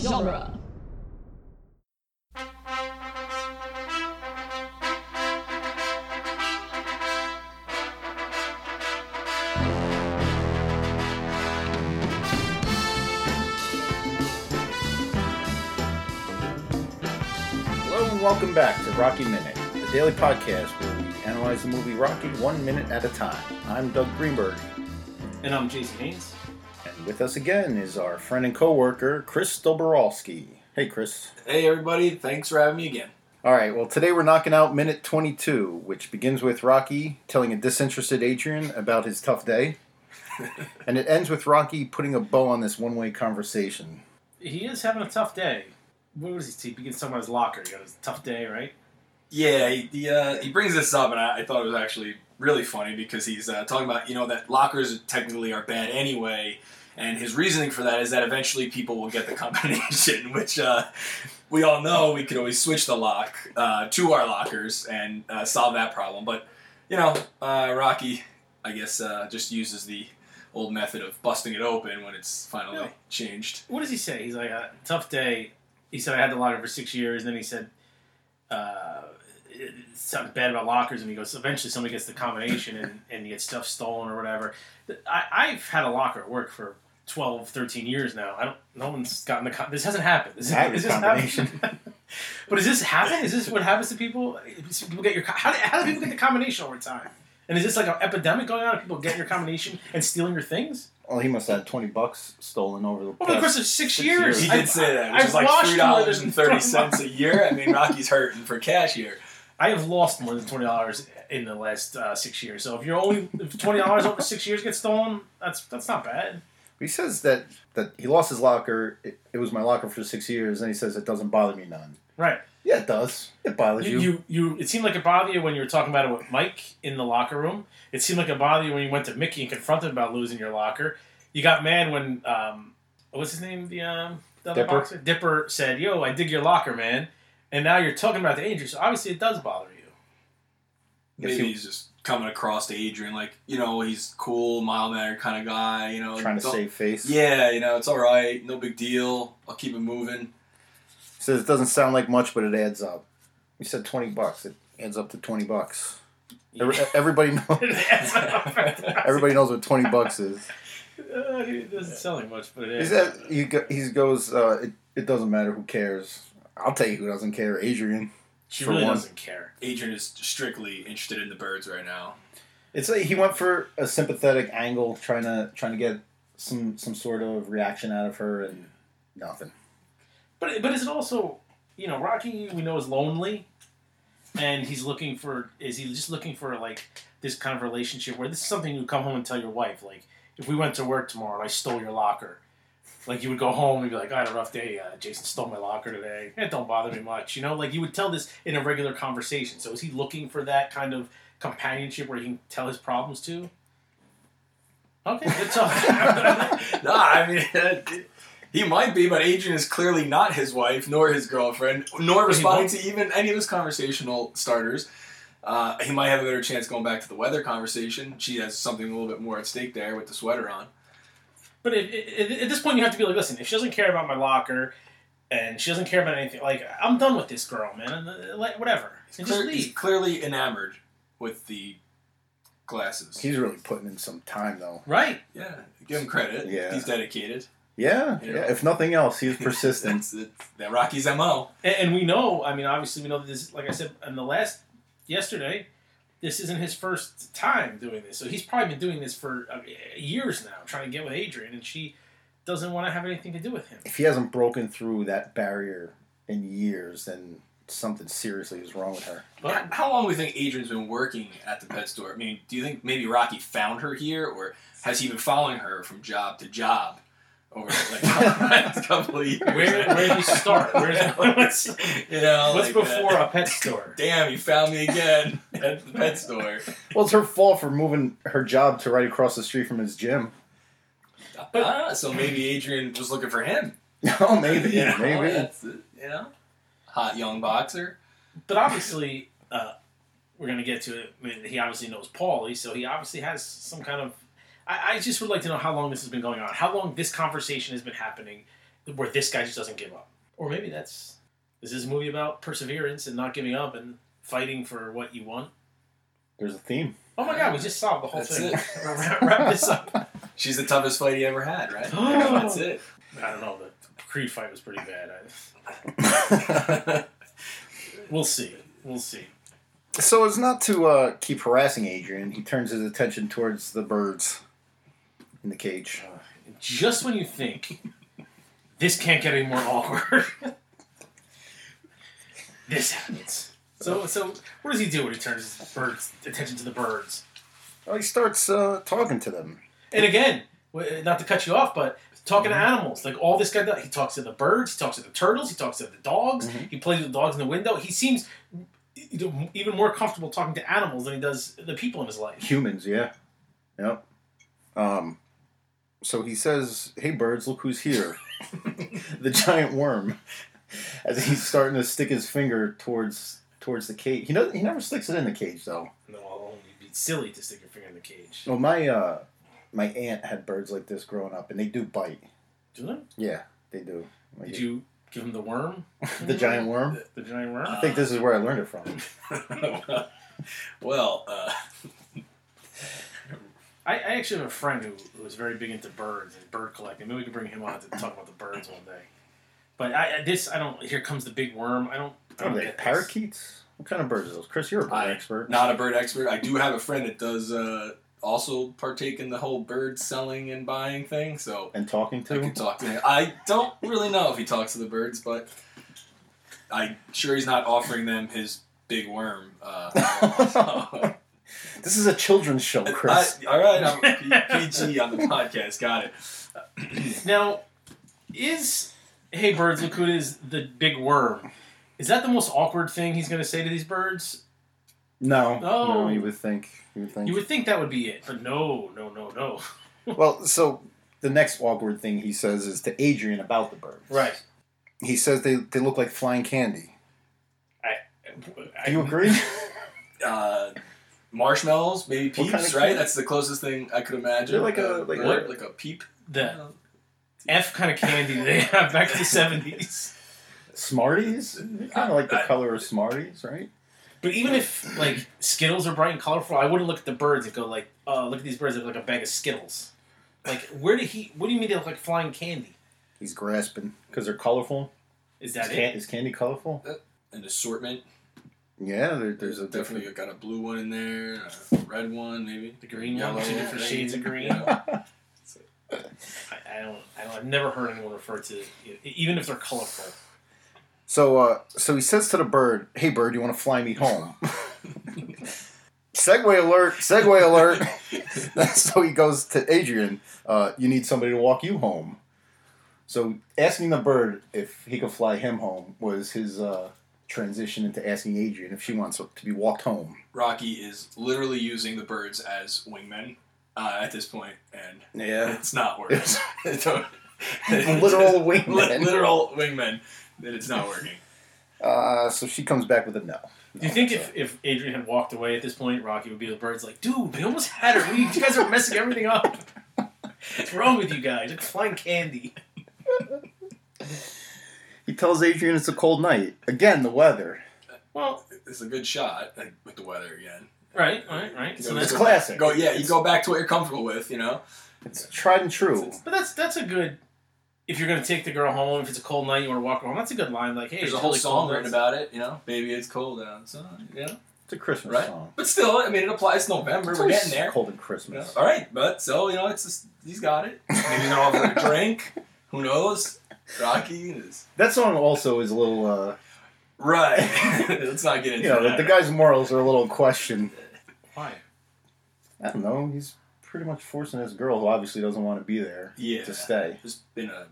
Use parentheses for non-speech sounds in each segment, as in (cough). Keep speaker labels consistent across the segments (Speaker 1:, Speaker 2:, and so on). Speaker 1: genre.
Speaker 2: Hello and welcome back to Rocky Minute, the daily podcast where we analyze the movie Rocky one minute at a time. I'm Doug Greenberg,
Speaker 3: And I'm Jason Haynes.
Speaker 2: and with us again is our friend and coworker Chris Doborowski. Hey, Chris.
Speaker 3: Hey, everybody. Thanks for having me again.
Speaker 2: All right. Well, today we're knocking out minute 22, which begins with Rocky telling a disinterested Adrian about his tough (laughs) day, and it ends with Rocky putting a bow on this one-way conversation.
Speaker 3: He is having a tough day. What was he? He begins talking about his locker. He got his tough day, right?
Speaker 4: Yeah, he, he, uh, he brings this up, and I, I thought it was actually really funny because he's uh, talking about you know that lockers technically are bad anyway, and his reasoning for that is that eventually people will get the (laughs) combination, which uh, we all know we could always switch the lock uh, to our lockers and uh, solve that problem. But you know, uh, Rocky, I guess, uh, just uses the old method of busting it open when it's finally
Speaker 3: Yeah.
Speaker 4: changed.
Speaker 3: What does he say? He's like, a tough day. He said, I had the locker for six years. And then he said, uh, it- it's something bad about lockers. And he goes, eventually somebody gets the combination and, (laughs) and you get stuff stolen or whatever. Th- I, I've had a locker at work for 12, 13 years now. I don't, no one's gotten the, com- this hasn't happened. This,
Speaker 2: That is
Speaker 3: this happened?
Speaker 2: combination. (laughs)
Speaker 3: (laughs) But does this happen? Is this what happens to people? Is- People get your co- how do, how do people get the combination over time? And is this like an epidemic going on? of People getting your combination and stealing your things
Speaker 2: Well, he must have had 20ty bucks stolen over the.
Speaker 3: over the
Speaker 2: past-
Speaker 3: course of six,
Speaker 2: six
Speaker 3: years.
Speaker 2: years.
Speaker 4: He
Speaker 3: I-
Speaker 4: did say that,
Speaker 3: I've
Speaker 4: which is like
Speaker 3: lost
Speaker 4: three
Speaker 3: more
Speaker 4: dollars
Speaker 3: than (laughs)
Speaker 4: and thirty cents a year. I mean, Rocky's hurting for cash here.
Speaker 3: I have lost more than twenty dollars in the last uh, six years. So if you're only if twenty dollars over six years gets stolen, that's that's not bad.
Speaker 2: He says that that he lost his locker. It, it was my locker for six years, and he says it doesn't bother me none.
Speaker 3: Right.
Speaker 2: Yeah, it does. It bothers
Speaker 3: You,
Speaker 2: you.
Speaker 3: you you it seemed like it bothered you when you were talking about it with Mike in the locker room. It seemed like it bothered you when you went to Mickey and confronted him about losing your locker. You got mad when um what's his name? The um the other
Speaker 2: Dipper.
Speaker 3: boxer? Dipper said, Yo, I dig your locker, man. And now you're talking about the injury, so obviously it does bother you. (laughs)
Speaker 2: Yes,
Speaker 4: Maybe
Speaker 2: he-
Speaker 4: he's just coming across to Adrian like, you know, he's cool, mild mannered kind of guy, you know.
Speaker 2: trying to
Speaker 4: don't-
Speaker 2: save face.
Speaker 4: Yeah, you know, it's all right, no big deal. I'll keep it moving.
Speaker 2: He says it doesn't sound like much, but it adds up. He said twenty bucks. It adds up to twenty bucks. Every- Everybody
Speaker 4: (laughs)
Speaker 2: knows. Everybody knows what twenty bucks is.
Speaker 3: Uh, it doesn't sell like much, but uh,
Speaker 2: He
Speaker 3: it,
Speaker 2: said he go, he goes. Uh, it, it doesn't matter who cares. I'll tell you who doesn't care. Adrian.
Speaker 3: she
Speaker 2: for
Speaker 3: really
Speaker 2: one.
Speaker 3: doesn't care.
Speaker 4: Adrian is strictly interested in the birds right now.
Speaker 2: It's like he went for a sympathetic angle, trying to trying to get some some sort of reaction out of her, and nothing.
Speaker 3: But but is it also you know Rocky we know is lonely, and he's looking for is he just looking for like this kind of relationship where this is something you come home and tell your wife like if we went to work tomorrow and I stole your locker, like you would go home and be like I had a rough day uh, Jason stole my locker today (laughs) it don't bother me much you know like you would tell this in a regular conversation so is he looking for that kind of companionship where he can tell his problems to. Okay,
Speaker 2: (laughs)
Speaker 3: good talk. (laughs)
Speaker 4: Nah, I mean, (laughs) he might be, but Adrian is clearly not his wife, nor his girlfriend, nor responding to even any of his conversational starters. Uh, he might have a better chance going back to the weather conversation. She has something a little bit more at stake there with the sweater on.
Speaker 3: But it, it, it- at this point, you have to be like, listen, if she doesn't care about my locker and she doesn't care about anything, like, I'm done with this girl, man. Uh, like, Whatever. And just
Speaker 4: Clear- He's
Speaker 3: leave.
Speaker 4: clearly enamored with the glasses.
Speaker 2: He's really putting in some time though.
Speaker 3: Right.
Speaker 4: yeah, give him credit.
Speaker 2: Yeah.
Speaker 4: He's dedicated.
Speaker 2: Yeah, yeah.
Speaker 4: Yeah.
Speaker 2: If nothing else,
Speaker 4: (laughs)
Speaker 2: he was persistent.
Speaker 4: That's it. That Rocky's MO.
Speaker 3: And, and we know, I mean, obviously, we know that this, like I said, in the last, yesterday, this isn't his first time doing this. So he's probably been doing this for uh, years now, trying to get with Adrian, and she doesn't want to have anything to do with him.
Speaker 2: if he hasn't broken through that barrier in years, then something seriously is wrong with her.
Speaker 3: But
Speaker 4: How long do we think Adrian's been working at the pet store? I mean, do you think maybe Rocky found her here, or has he been following her from job to job over
Speaker 3: (laughs)
Speaker 4: like the last couple of years?
Speaker 3: where, where do you start? Where's, (laughs) what's,
Speaker 4: (laughs) you know,
Speaker 3: what's
Speaker 4: like
Speaker 3: before a
Speaker 4: that.
Speaker 3: pet store?
Speaker 4: Damn, you found me again at the pet store.
Speaker 3: (laughs)
Speaker 2: Well, it's her fault for moving her job to right across the street from his gym. (laughs)
Speaker 3: But-
Speaker 4: ah, so maybe Adrian was looking for
Speaker 3: (laughs)
Speaker 4: him.
Speaker 2: oh,
Speaker 4: (laughs)
Speaker 2: maybe,
Speaker 4: you know,
Speaker 2: maybe.
Speaker 4: that's it, you know, hot young boxer.
Speaker 3: But obviously, uh, we're going to get to it. I mean, he obviously knows Paulie, so he obviously has some kind of. I, I just would like to know how long this has been going on, how long this conversation has been happening, where this guy just doesn't give up. Or maybe that's this is a movie about perseverance and not giving up and fighting for what you want.
Speaker 2: There's a theme.
Speaker 3: Oh my god, we just solved the whole
Speaker 4: That's
Speaker 3: thing.
Speaker 4: it.
Speaker 3: Wrap- (laughs) Wrap this up.
Speaker 4: She's the toughest fight he ever had,
Speaker 3: (gasps)
Speaker 4: right? That's it.
Speaker 3: I don't know. The Creed fight was pretty bad. I,
Speaker 4: yeah,
Speaker 3: we'll see. We'll see.
Speaker 2: So as not to uh, keep harassing Adrian, he turns his attention towards the birds in the cage.
Speaker 3: Just when you think this can't get any more awkward, (laughs) this happens. So, so what does he do when he turns his birds attention to the birds?
Speaker 2: Oh, he starts uh, talking to them.
Speaker 3: And again, w- not to cut you off, but talking to animals, like all this guy does, he talks to the birds, he talks to the turtles, he talks to the dogs,
Speaker 2: Mhm.
Speaker 3: he plays with the dogs in the window. He seems you know, even more comfortable talking to animals than he does the people in his
Speaker 2: (laughs)
Speaker 3: life.
Speaker 2: Humans, yeah. Yep. Um, so he says, Hey, birds, look who's here. (laughs) the giant worm. As he's starting to stick his finger towards towards the cage. He, doesn't, he never sticks it in the cage, though.
Speaker 3: No, I'll only be silly to stick your finger in the cage.
Speaker 2: Well, my, uh, my aunt had birds like this growing up, and they do bite.
Speaker 3: Do them?
Speaker 2: Yeah, they do. Like,
Speaker 3: Did you give him the worm?
Speaker 2: the giant worm?
Speaker 3: The giant worm?
Speaker 2: I think this is where I learned
Speaker 4: (laughs)
Speaker 2: it from.
Speaker 4: (laughs) well, uh,
Speaker 3: I, I actually have a friend who, who was very big into birds and bird collecting. Maybe we could bring him on to talk about the birds one day. But I, I- this, I don't. Here comes the big worm. I don't. I
Speaker 2: What
Speaker 3: don't
Speaker 2: are they,
Speaker 3: get this.
Speaker 2: parakeets? What kind of birds are those? Chris, you're a bird
Speaker 4: I-
Speaker 2: expert.
Speaker 4: not a bird expert. I do have a friend that does uh, also partake in the whole bird selling and buying thing, so
Speaker 2: And talking
Speaker 4: I
Speaker 2: to?
Speaker 4: can talk to him. I don't really know if he talks to the birds, but I'm sure he's not offering them his big worm. Uh,
Speaker 2: This is a children's show, (laughs) Chris.
Speaker 4: I- all right, I'm P- PG on the podcast. Got it.
Speaker 3: Now, is hey birds, look who it is the big worm? Is that the most awkward thing he's going to say to these birds?
Speaker 2: no,
Speaker 3: No.
Speaker 2: no, you would think. You would think.
Speaker 3: Oh.
Speaker 2: (laughs)
Speaker 3: You would think that would be it, but no, no, no, no.
Speaker 2: Well, so the next awkward thing he says is to Adrian about the birds. He says they, they look like flying candy.
Speaker 3: I,
Speaker 2: Do you
Speaker 3: (laughs)
Speaker 2: agree?
Speaker 4: Uh, marshmallows, maybe
Speaker 2: What
Speaker 4: peeps,
Speaker 2: kind of
Speaker 4: right?
Speaker 2: candy?
Speaker 4: That's the closest thing I could imagine.
Speaker 2: They're like a-
Speaker 4: Uh,
Speaker 2: like
Speaker 4: right?
Speaker 2: a-
Speaker 4: like a peep.
Speaker 3: The F kind of candy they have back to the seventies.
Speaker 2: Smarties? Kind of like the
Speaker 4: I-
Speaker 2: color of Smarties, right?
Speaker 3: But even if like Skittles are bright and colorful, I wouldn't look at the birds and go like, "Oh, look at these birds! They look like a bag of Skittles." Like, where did he? What do you mean they look like flying candy?
Speaker 2: He's grasping because they're colorful.
Speaker 3: Is
Speaker 2: Is,
Speaker 3: that
Speaker 2: can-
Speaker 3: it?
Speaker 2: is candy colorful?
Speaker 4: An assortment.
Speaker 2: Yeah, there, there's a
Speaker 4: definitely
Speaker 2: different. (laughs)
Speaker 4: got a blue one in there, a red one maybe.
Speaker 3: The green one, two different
Speaker 4: maybe,
Speaker 3: shades of green.
Speaker 4: you know.
Speaker 3: I, I don't. I don't. I've never heard anyone refer to e, even if they're colorful.
Speaker 2: So, uh, so he says to the bird, "Hey, bird, you want to fly me (laughs) home?" Segway alert! Segway alert! (laughs) so he goes to Adrian. Uh, you need somebody to walk you home. So asking the bird if he could fly him home was his uh, transition into asking Adrian if she wants to be walked home.
Speaker 4: (laughs) Rocky is literally using the birds as wingmen uh, at this point, and
Speaker 2: Yeah, (laughs)
Speaker 4: it's not working. (laughs) Literal (laughs)
Speaker 2: literal wingman.
Speaker 4: literal wingmen. That it's not working.
Speaker 2: Uh, so she comes back with a no.
Speaker 3: Do you think if, if Adrian had walked away at this point, Rocky would be the birds like, "Dude, we almost had her. We- You guys are messing everything (laughs) up. What's wrong with you guys? Like flying candy."
Speaker 2: He tells Adrian it's a cold night. Again, the weather.
Speaker 3: Well,
Speaker 4: It's a good shot like, with the weather again.
Speaker 3: right, right, right. So
Speaker 4: Go-
Speaker 3: that's
Speaker 2: It's classic.
Speaker 4: Go, yeah, you go back to what you're comfortable with, you know.
Speaker 2: It's tried and true.
Speaker 3: But that's that's a good. If you're gonna take the girl home, if it's a cold night, you want to walk her home. That's a good line. Like, hey,
Speaker 4: There's
Speaker 3: it's
Speaker 4: a whole
Speaker 3: really
Speaker 4: song
Speaker 3: cold
Speaker 4: written
Speaker 3: outside.
Speaker 4: about it, you know. Baby, it's cold outside, you know.
Speaker 2: It's a Christmas
Speaker 4: Right.
Speaker 2: song.
Speaker 4: But still, I mean, it applies. It's November.
Speaker 2: It's
Speaker 4: We're
Speaker 2: always
Speaker 4: getting there.
Speaker 2: Cold and
Speaker 4: you know.
Speaker 2: Christmas.
Speaker 4: All right, but so you know, it's just he's
Speaker 2: (laughs)
Speaker 4: got it. Maybe they're all for a drink. Who knows? Rocky is
Speaker 2: That song also is a little, uh,
Speaker 4: right. (laughs) Let's not get into
Speaker 2: you know,
Speaker 4: that.
Speaker 2: the, the guy's morals are a little in question.
Speaker 3: Why?
Speaker 2: I don't know. He's pretty much forcing this girl, who obviously doesn't want to be there,
Speaker 4: yeah,
Speaker 2: to stay.
Speaker 4: There's been a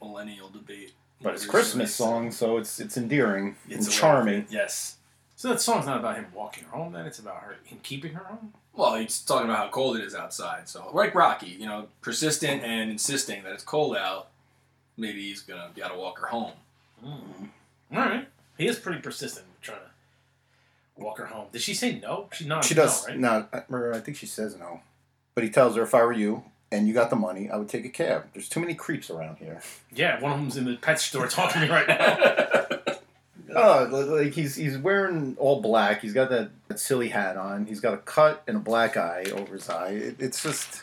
Speaker 4: millennial debate,
Speaker 2: But it's a Christmas song, so it's it's endearing
Speaker 4: It's
Speaker 2: and
Speaker 4: a-
Speaker 2: charming.
Speaker 4: Yes.
Speaker 3: So that song's not about him walking her home. Then it's about her him keeping her home.
Speaker 4: Well, he's talking about how cold it is outside. So, like Rocky, you know, persistent and insisting that it's cold out. Maybe he's gonna gotta walk her home. (laughs) Hmm.
Speaker 3: All right. He is pretty persistent with trying to walk her home. Did she say no? She not.
Speaker 2: She does.
Speaker 3: No, right?
Speaker 2: No, I, or I think she says no. But he tells her, if I were you, and you got the money, I would take a cab. There's too many creeps around here.
Speaker 3: Yeah, one of them's in the pet store talking to me right now. (laughs)
Speaker 2: Oh, like he's he's wearing all black. He's got that, that silly hat on. He's got a cut and a black eye over his eye. It, it's just,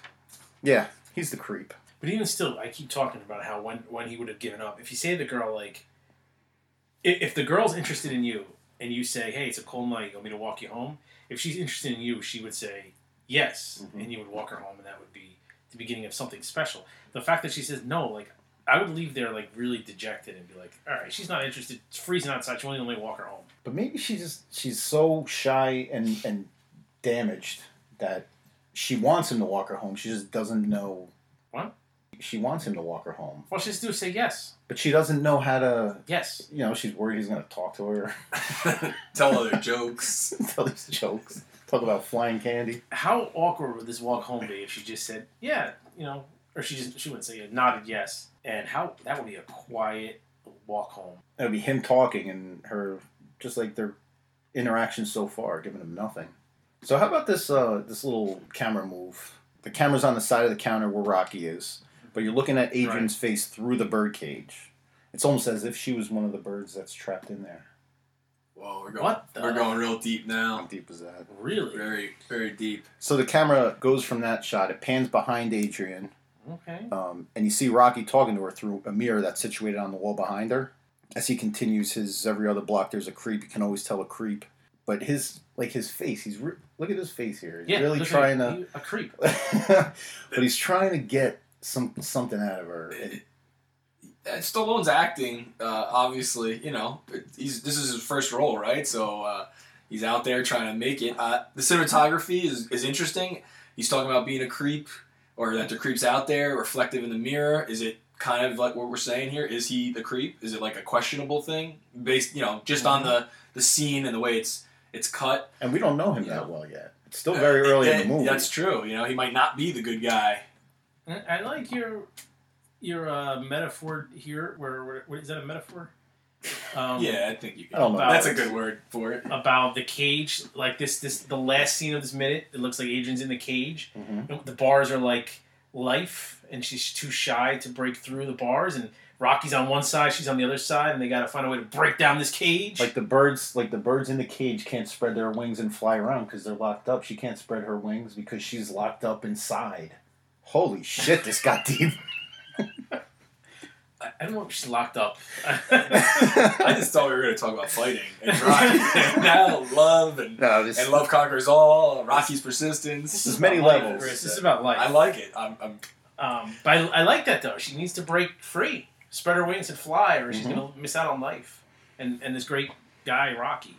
Speaker 2: yeah, he's the creep.
Speaker 3: But even still, I keep talking about how when when he would have given up. If you say to the girl like, if, if the girl's interested in you and you say, "Hey, it's a cold night. You want me to walk you home?" If she's interested in you, she would say yes,
Speaker 2: Mhm.
Speaker 3: and you would walk her home, and that would be the beginning of something special. The fact that she says no, like I would leave there like really dejected and be like, "All right, she's not interested. It's freezing outside. She only let me walk her home."
Speaker 2: But maybe she's just she's so shy and and damaged that she wants him to walk her home. She just doesn't know.
Speaker 3: What?
Speaker 2: She wants him to walk her home,
Speaker 3: Well, she just do say yes,
Speaker 2: but she doesn't know how to.
Speaker 3: yes.
Speaker 2: You know, she's worried he's going to talk to her, (laughs)
Speaker 4: Tell other jokes.
Speaker 2: tell these jokes, talk about flying candy.
Speaker 3: How awkward would this walk home be if she just said, "Yeah, you know," or she just she wouldn't say it, nodded yes, and how that would be a quiet walk home.
Speaker 2: It'll be him talking and her just like their interaction so far, giving him nothing. So how about this uh, this little camera move? The camera's on the side of the counter where Rocky is, but you're looking at Adrian's face through the bird cage. It's almost as if she was one of the birds that's trapped in there.
Speaker 4: Whoa, we're going,
Speaker 3: What the-
Speaker 4: we're going real deep
Speaker 2: How
Speaker 4: now.
Speaker 2: deep is that?
Speaker 3: Really?
Speaker 4: Very, very deep.
Speaker 2: So the camera goes from that shot. It pans behind Adrian,
Speaker 3: Okay.
Speaker 2: um, and you see Rocky talking to her through a mirror that's situated on the wall behind her. As he continues his every other block, there's a creep. You can always tell a creep, but his like his face. He's re- look at his face here. He's
Speaker 3: Yeah.
Speaker 2: really
Speaker 3: look at
Speaker 2: trying
Speaker 3: you,
Speaker 2: to, (laughs)
Speaker 3: you- a creep.
Speaker 2: but he's trying to get some something out of her. It-
Speaker 4: Uh, Stallone's acting, uh, obviously, you know, it- he's this is his first role, right? So uh, he's out there trying to make it. Uh, the cinematography is, is interesting. He's talking about being a creep, or that the creep's out there, reflective in the mirror. Is it kind of like what we're saying here? Is he the creep? Is it like a questionable thing based, you know, just
Speaker 2: Mm-hmm.
Speaker 4: on the the scene and the way it's it's cut?
Speaker 2: and we don't know him
Speaker 4: Yeah.
Speaker 2: that well yet. It's still very early in the movie.
Speaker 4: That's true. You know, he might not be the good guy.
Speaker 3: I I like your your uh, metaphor here. Where, where, where is that a metaphor?
Speaker 2: (laughs)
Speaker 3: Um,
Speaker 4: yeah, I think you. Can.
Speaker 2: I don't know.
Speaker 4: That's a good word for it.
Speaker 3: About the cage, like this, this the last scene of this minute. It looks like Adrian's in the cage,
Speaker 2: Mhm.
Speaker 3: the bars are like life and she's too shy to break through the bars and rocky's on one side she's on the other side and they gotta find a way to break down this cage
Speaker 2: Like the birds, like the birds in the cage can't spread their wings and fly around because they're locked up. She can't spread her wings because she's locked up inside. Holy shit! This got deep.
Speaker 3: I, I don't know if she's locked up
Speaker 4: I just thought we were going to talk about fighting and
Speaker 3: (laughs)
Speaker 4: Rocky. and now love and,
Speaker 2: no, this,
Speaker 4: and love conquers all.
Speaker 3: this
Speaker 4: Rocky's
Speaker 2: (laughs)
Speaker 4: persistence.
Speaker 2: There's
Speaker 3: is
Speaker 2: many
Speaker 3: about life,
Speaker 2: levels.
Speaker 3: Chris. this is about life
Speaker 4: I like it. I'm, I'm
Speaker 3: um, but I, I like that though she needs to break free spread her wings and fly or she's
Speaker 2: Mhm.
Speaker 3: gonna miss out on life and and this great guy rocky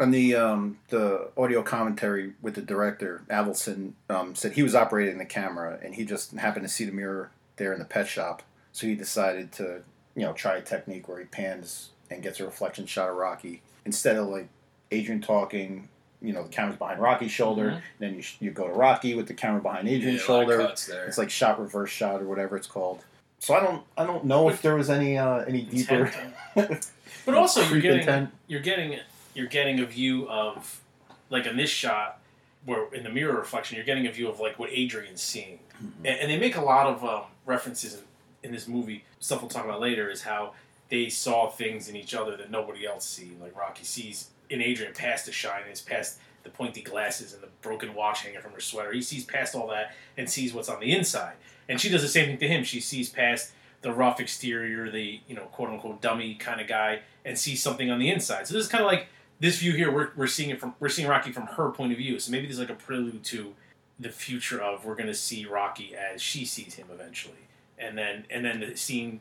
Speaker 2: And the um, the audio commentary with the director Avelson um, said he was operating the camera and he just happened to see the mirror there in the pet shop, so he decided to you know try a technique where he pans and gets a reflection shot of Rocky instead of like Adrian talking. You know, the camera's behind Rocky's shoulder,
Speaker 3: Mhm.
Speaker 2: then you, sh- you go to Rocky with the camera behind Adrian's
Speaker 4: Mm-hmm. yeah, uh, a lot of
Speaker 2: shoulder.
Speaker 4: cuts there.
Speaker 2: It's like shot reverse shot or whatever it's called. So I don't I don't know if there was any uh, any deeper
Speaker 3: Intent.
Speaker 2: (laughs)
Speaker 3: but also you're
Speaker 2: creep
Speaker 3: getting
Speaker 2: intent.
Speaker 3: you're getting you're getting a view of like in this shot where in the mirror reflection you're getting a view of like what adrian's seeing and, and they make a lot of um, references in, in this movie stuff we'll talk about later is how they saw things in each other that nobody else see like rocky sees in adrian past the shyness past the pointy glasses and the broken watch hanging from her sweater he sees past all that and sees what's on the inside and she does the same thing to him she sees past the rough exterior the you know quote unquote dummy kind of guy and see something on the inside. So this is kind of like this view here. We're, we're seeing it from we're seeing Rocky from her point of view. So maybe there's like a prelude to the future of we're going to see Rocky as she sees him eventually, and then and then the scene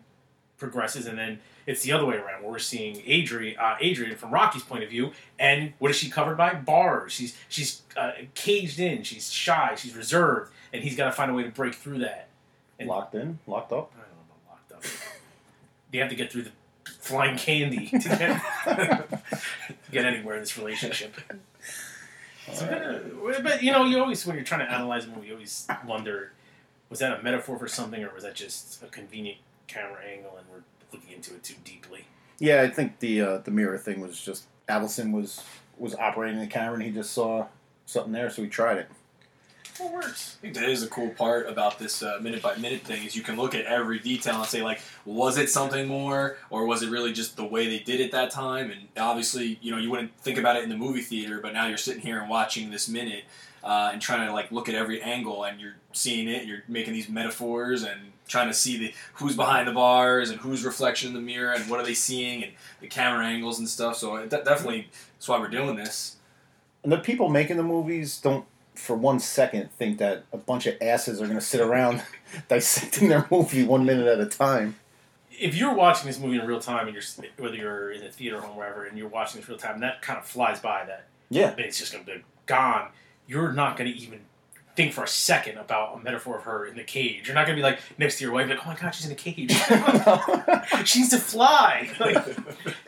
Speaker 3: progresses, and then it's the other way around where we're seeing Adrian uh, Adrian from Rocky's point of view, and what is she covered by? Bars. She's she's uh, caged in. She's shy. She's reserved, and he's got to find a way to break through that. And-
Speaker 2: locked in, locked up.
Speaker 3: I don't know about locked up. They have to get through the flying candy to
Speaker 2: (laughs)
Speaker 3: get, get anywhere in this relationship. It's a bit of- but you know, you always when you're trying to analyze a movie, you always wonder: was that a metaphor for something, or was that just a convenient camera angle, and we're looking into it too deeply?
Speaker 2: Yeah, I think the uh, the mirror thing was just Adelson was was operating the camera and he just saw something there, so he tried it.
Speaker 3: What works?
Speaker 4: I think that is the cool part about this uh, minute by minute thing is you can look at every detail and say like, was it something more, or was it really just the way they did it that time? And obviously, you know, you wouldn't think about it in the movie theater, but now you're sitting here and watching this minute uh, and trying to like look at every angle, and you're seeing it, and you're making these metaphors and trying to see the who's behind the bars and who's reflection in the mirror and what are they seeing and the camera angles and stuff. So it de- definitely, that's why we're doing this.
Speaker 2: And the people making the movies don't, for one second, think that a bunch of asses are going to sit
Speaker 3: (laughs)
Speaker 2: around dissecting their movie one minute at a time.
Speaker 3: If you're watching this movie in real time, and you're whether you're in the theater or home, wherever, and you're watching this real time, that kind of flies by. That
Speaker 2: Yeah.
Speaker 3: it's just going to be gone. You're not going to even think for a second about a metaphor of her in the cage. You're not going to be like next to your wife, like, oh my god, she's in a cage. (laughs) she needs to fly. (laughs) Like,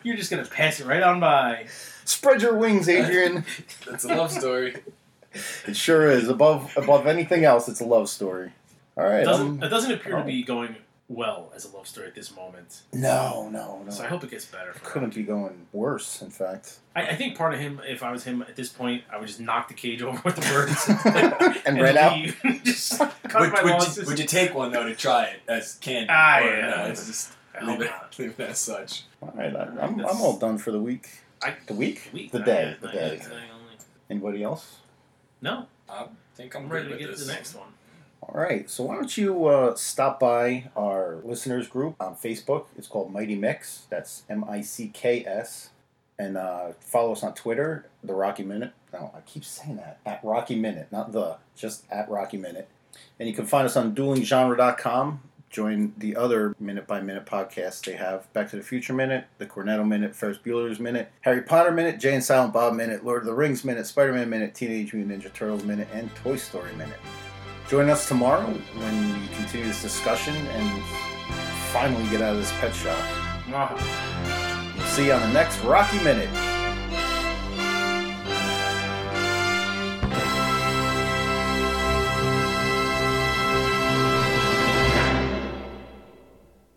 Speaker 3: you're just going to pass it right on by.
Speaker 2: (laughs) Spread your wings, Adrian.
Speaker 4: That's a love story.
Speaker 2: It sure is. Above above anything else, it's a love story. All right. um,
Speaker 3: Doesn't, it doesn't appear to be going well as a love story at this moment.
Speaker 2: no, no, no.
Speaker 3: So I hope it gets better. For her.
Speaker 2: Couldn't be going worse, in fact.
Speaker 3: I, I think part of him, if I was him at this point, I would just knock the cage (laughs) over with the birds
Speaker 2: (laughs) and, read
Speaker 3: (laughs)
Speaker 2: out.
Speaker 3: leave. just cut
Speaker 4: would,
Speaker 3: my
Speaker 4: would you,
Speaker 3: losses.
Speaker 4: would you take one though to try it as candy?
Speaker 3: Ah,
Speaker 4: Or,
Speaker 3: yeah.
Speaker 4: no, it's just
Speaker 3: I hope
Speaker 4: leave it,
Speaker 3: not.
Speaker 4: (laughs) leave it as such.
Speaker 2: All right, I, I'm, I'm all done for the week.
Speaker 3: I-
Speaker 2: The week?
Speaker 3: Week,
Speaker 2: The
Speaker 3: not
Speaker 2: day.
Speaker 3: yet,
Speaker 2: The
Speaker 3: not yet,
Speaker 2: day.
Speaker 3: not yet, only-
Speaker 2: Anybody else?
Speaker 3: No,
Speaker 4: I think I'm,
Speaker 3: I'm
Speaker 4: good
Speaker 3: ready to
Speaker 4: with
Speaker 3: get to
Speaker 4: this.
Speaker 3: the next one.
Speaker 2: All right. So why don't you uh, stop by our listeners group on Facebook? It's called Mighty Mix. That's M I C K S. And uh, follow us on Twitter, The Rocky Minute. No, I keep saying that. At Rocky Minute, not the, just at Rocky Minute. And you can find us on duelinggenre.com. Join the other minute by minute podcasts they have Back to the Future Minute, The Cornetto Minute, Ferris Bueller's Minute, Harry Potter Minute, Jay and Silent Bob Minute, Lord of the Rings Minute, Spider Man Minute, Teenage Mutant Ninja Turtles Minute, and Toy Story Minute. Join us tomorrow when we continue this discussion and finally get out of this pet shop.
Speaker 3: Ah.
Speaker 2: We'll see you on the next Rocky Minute.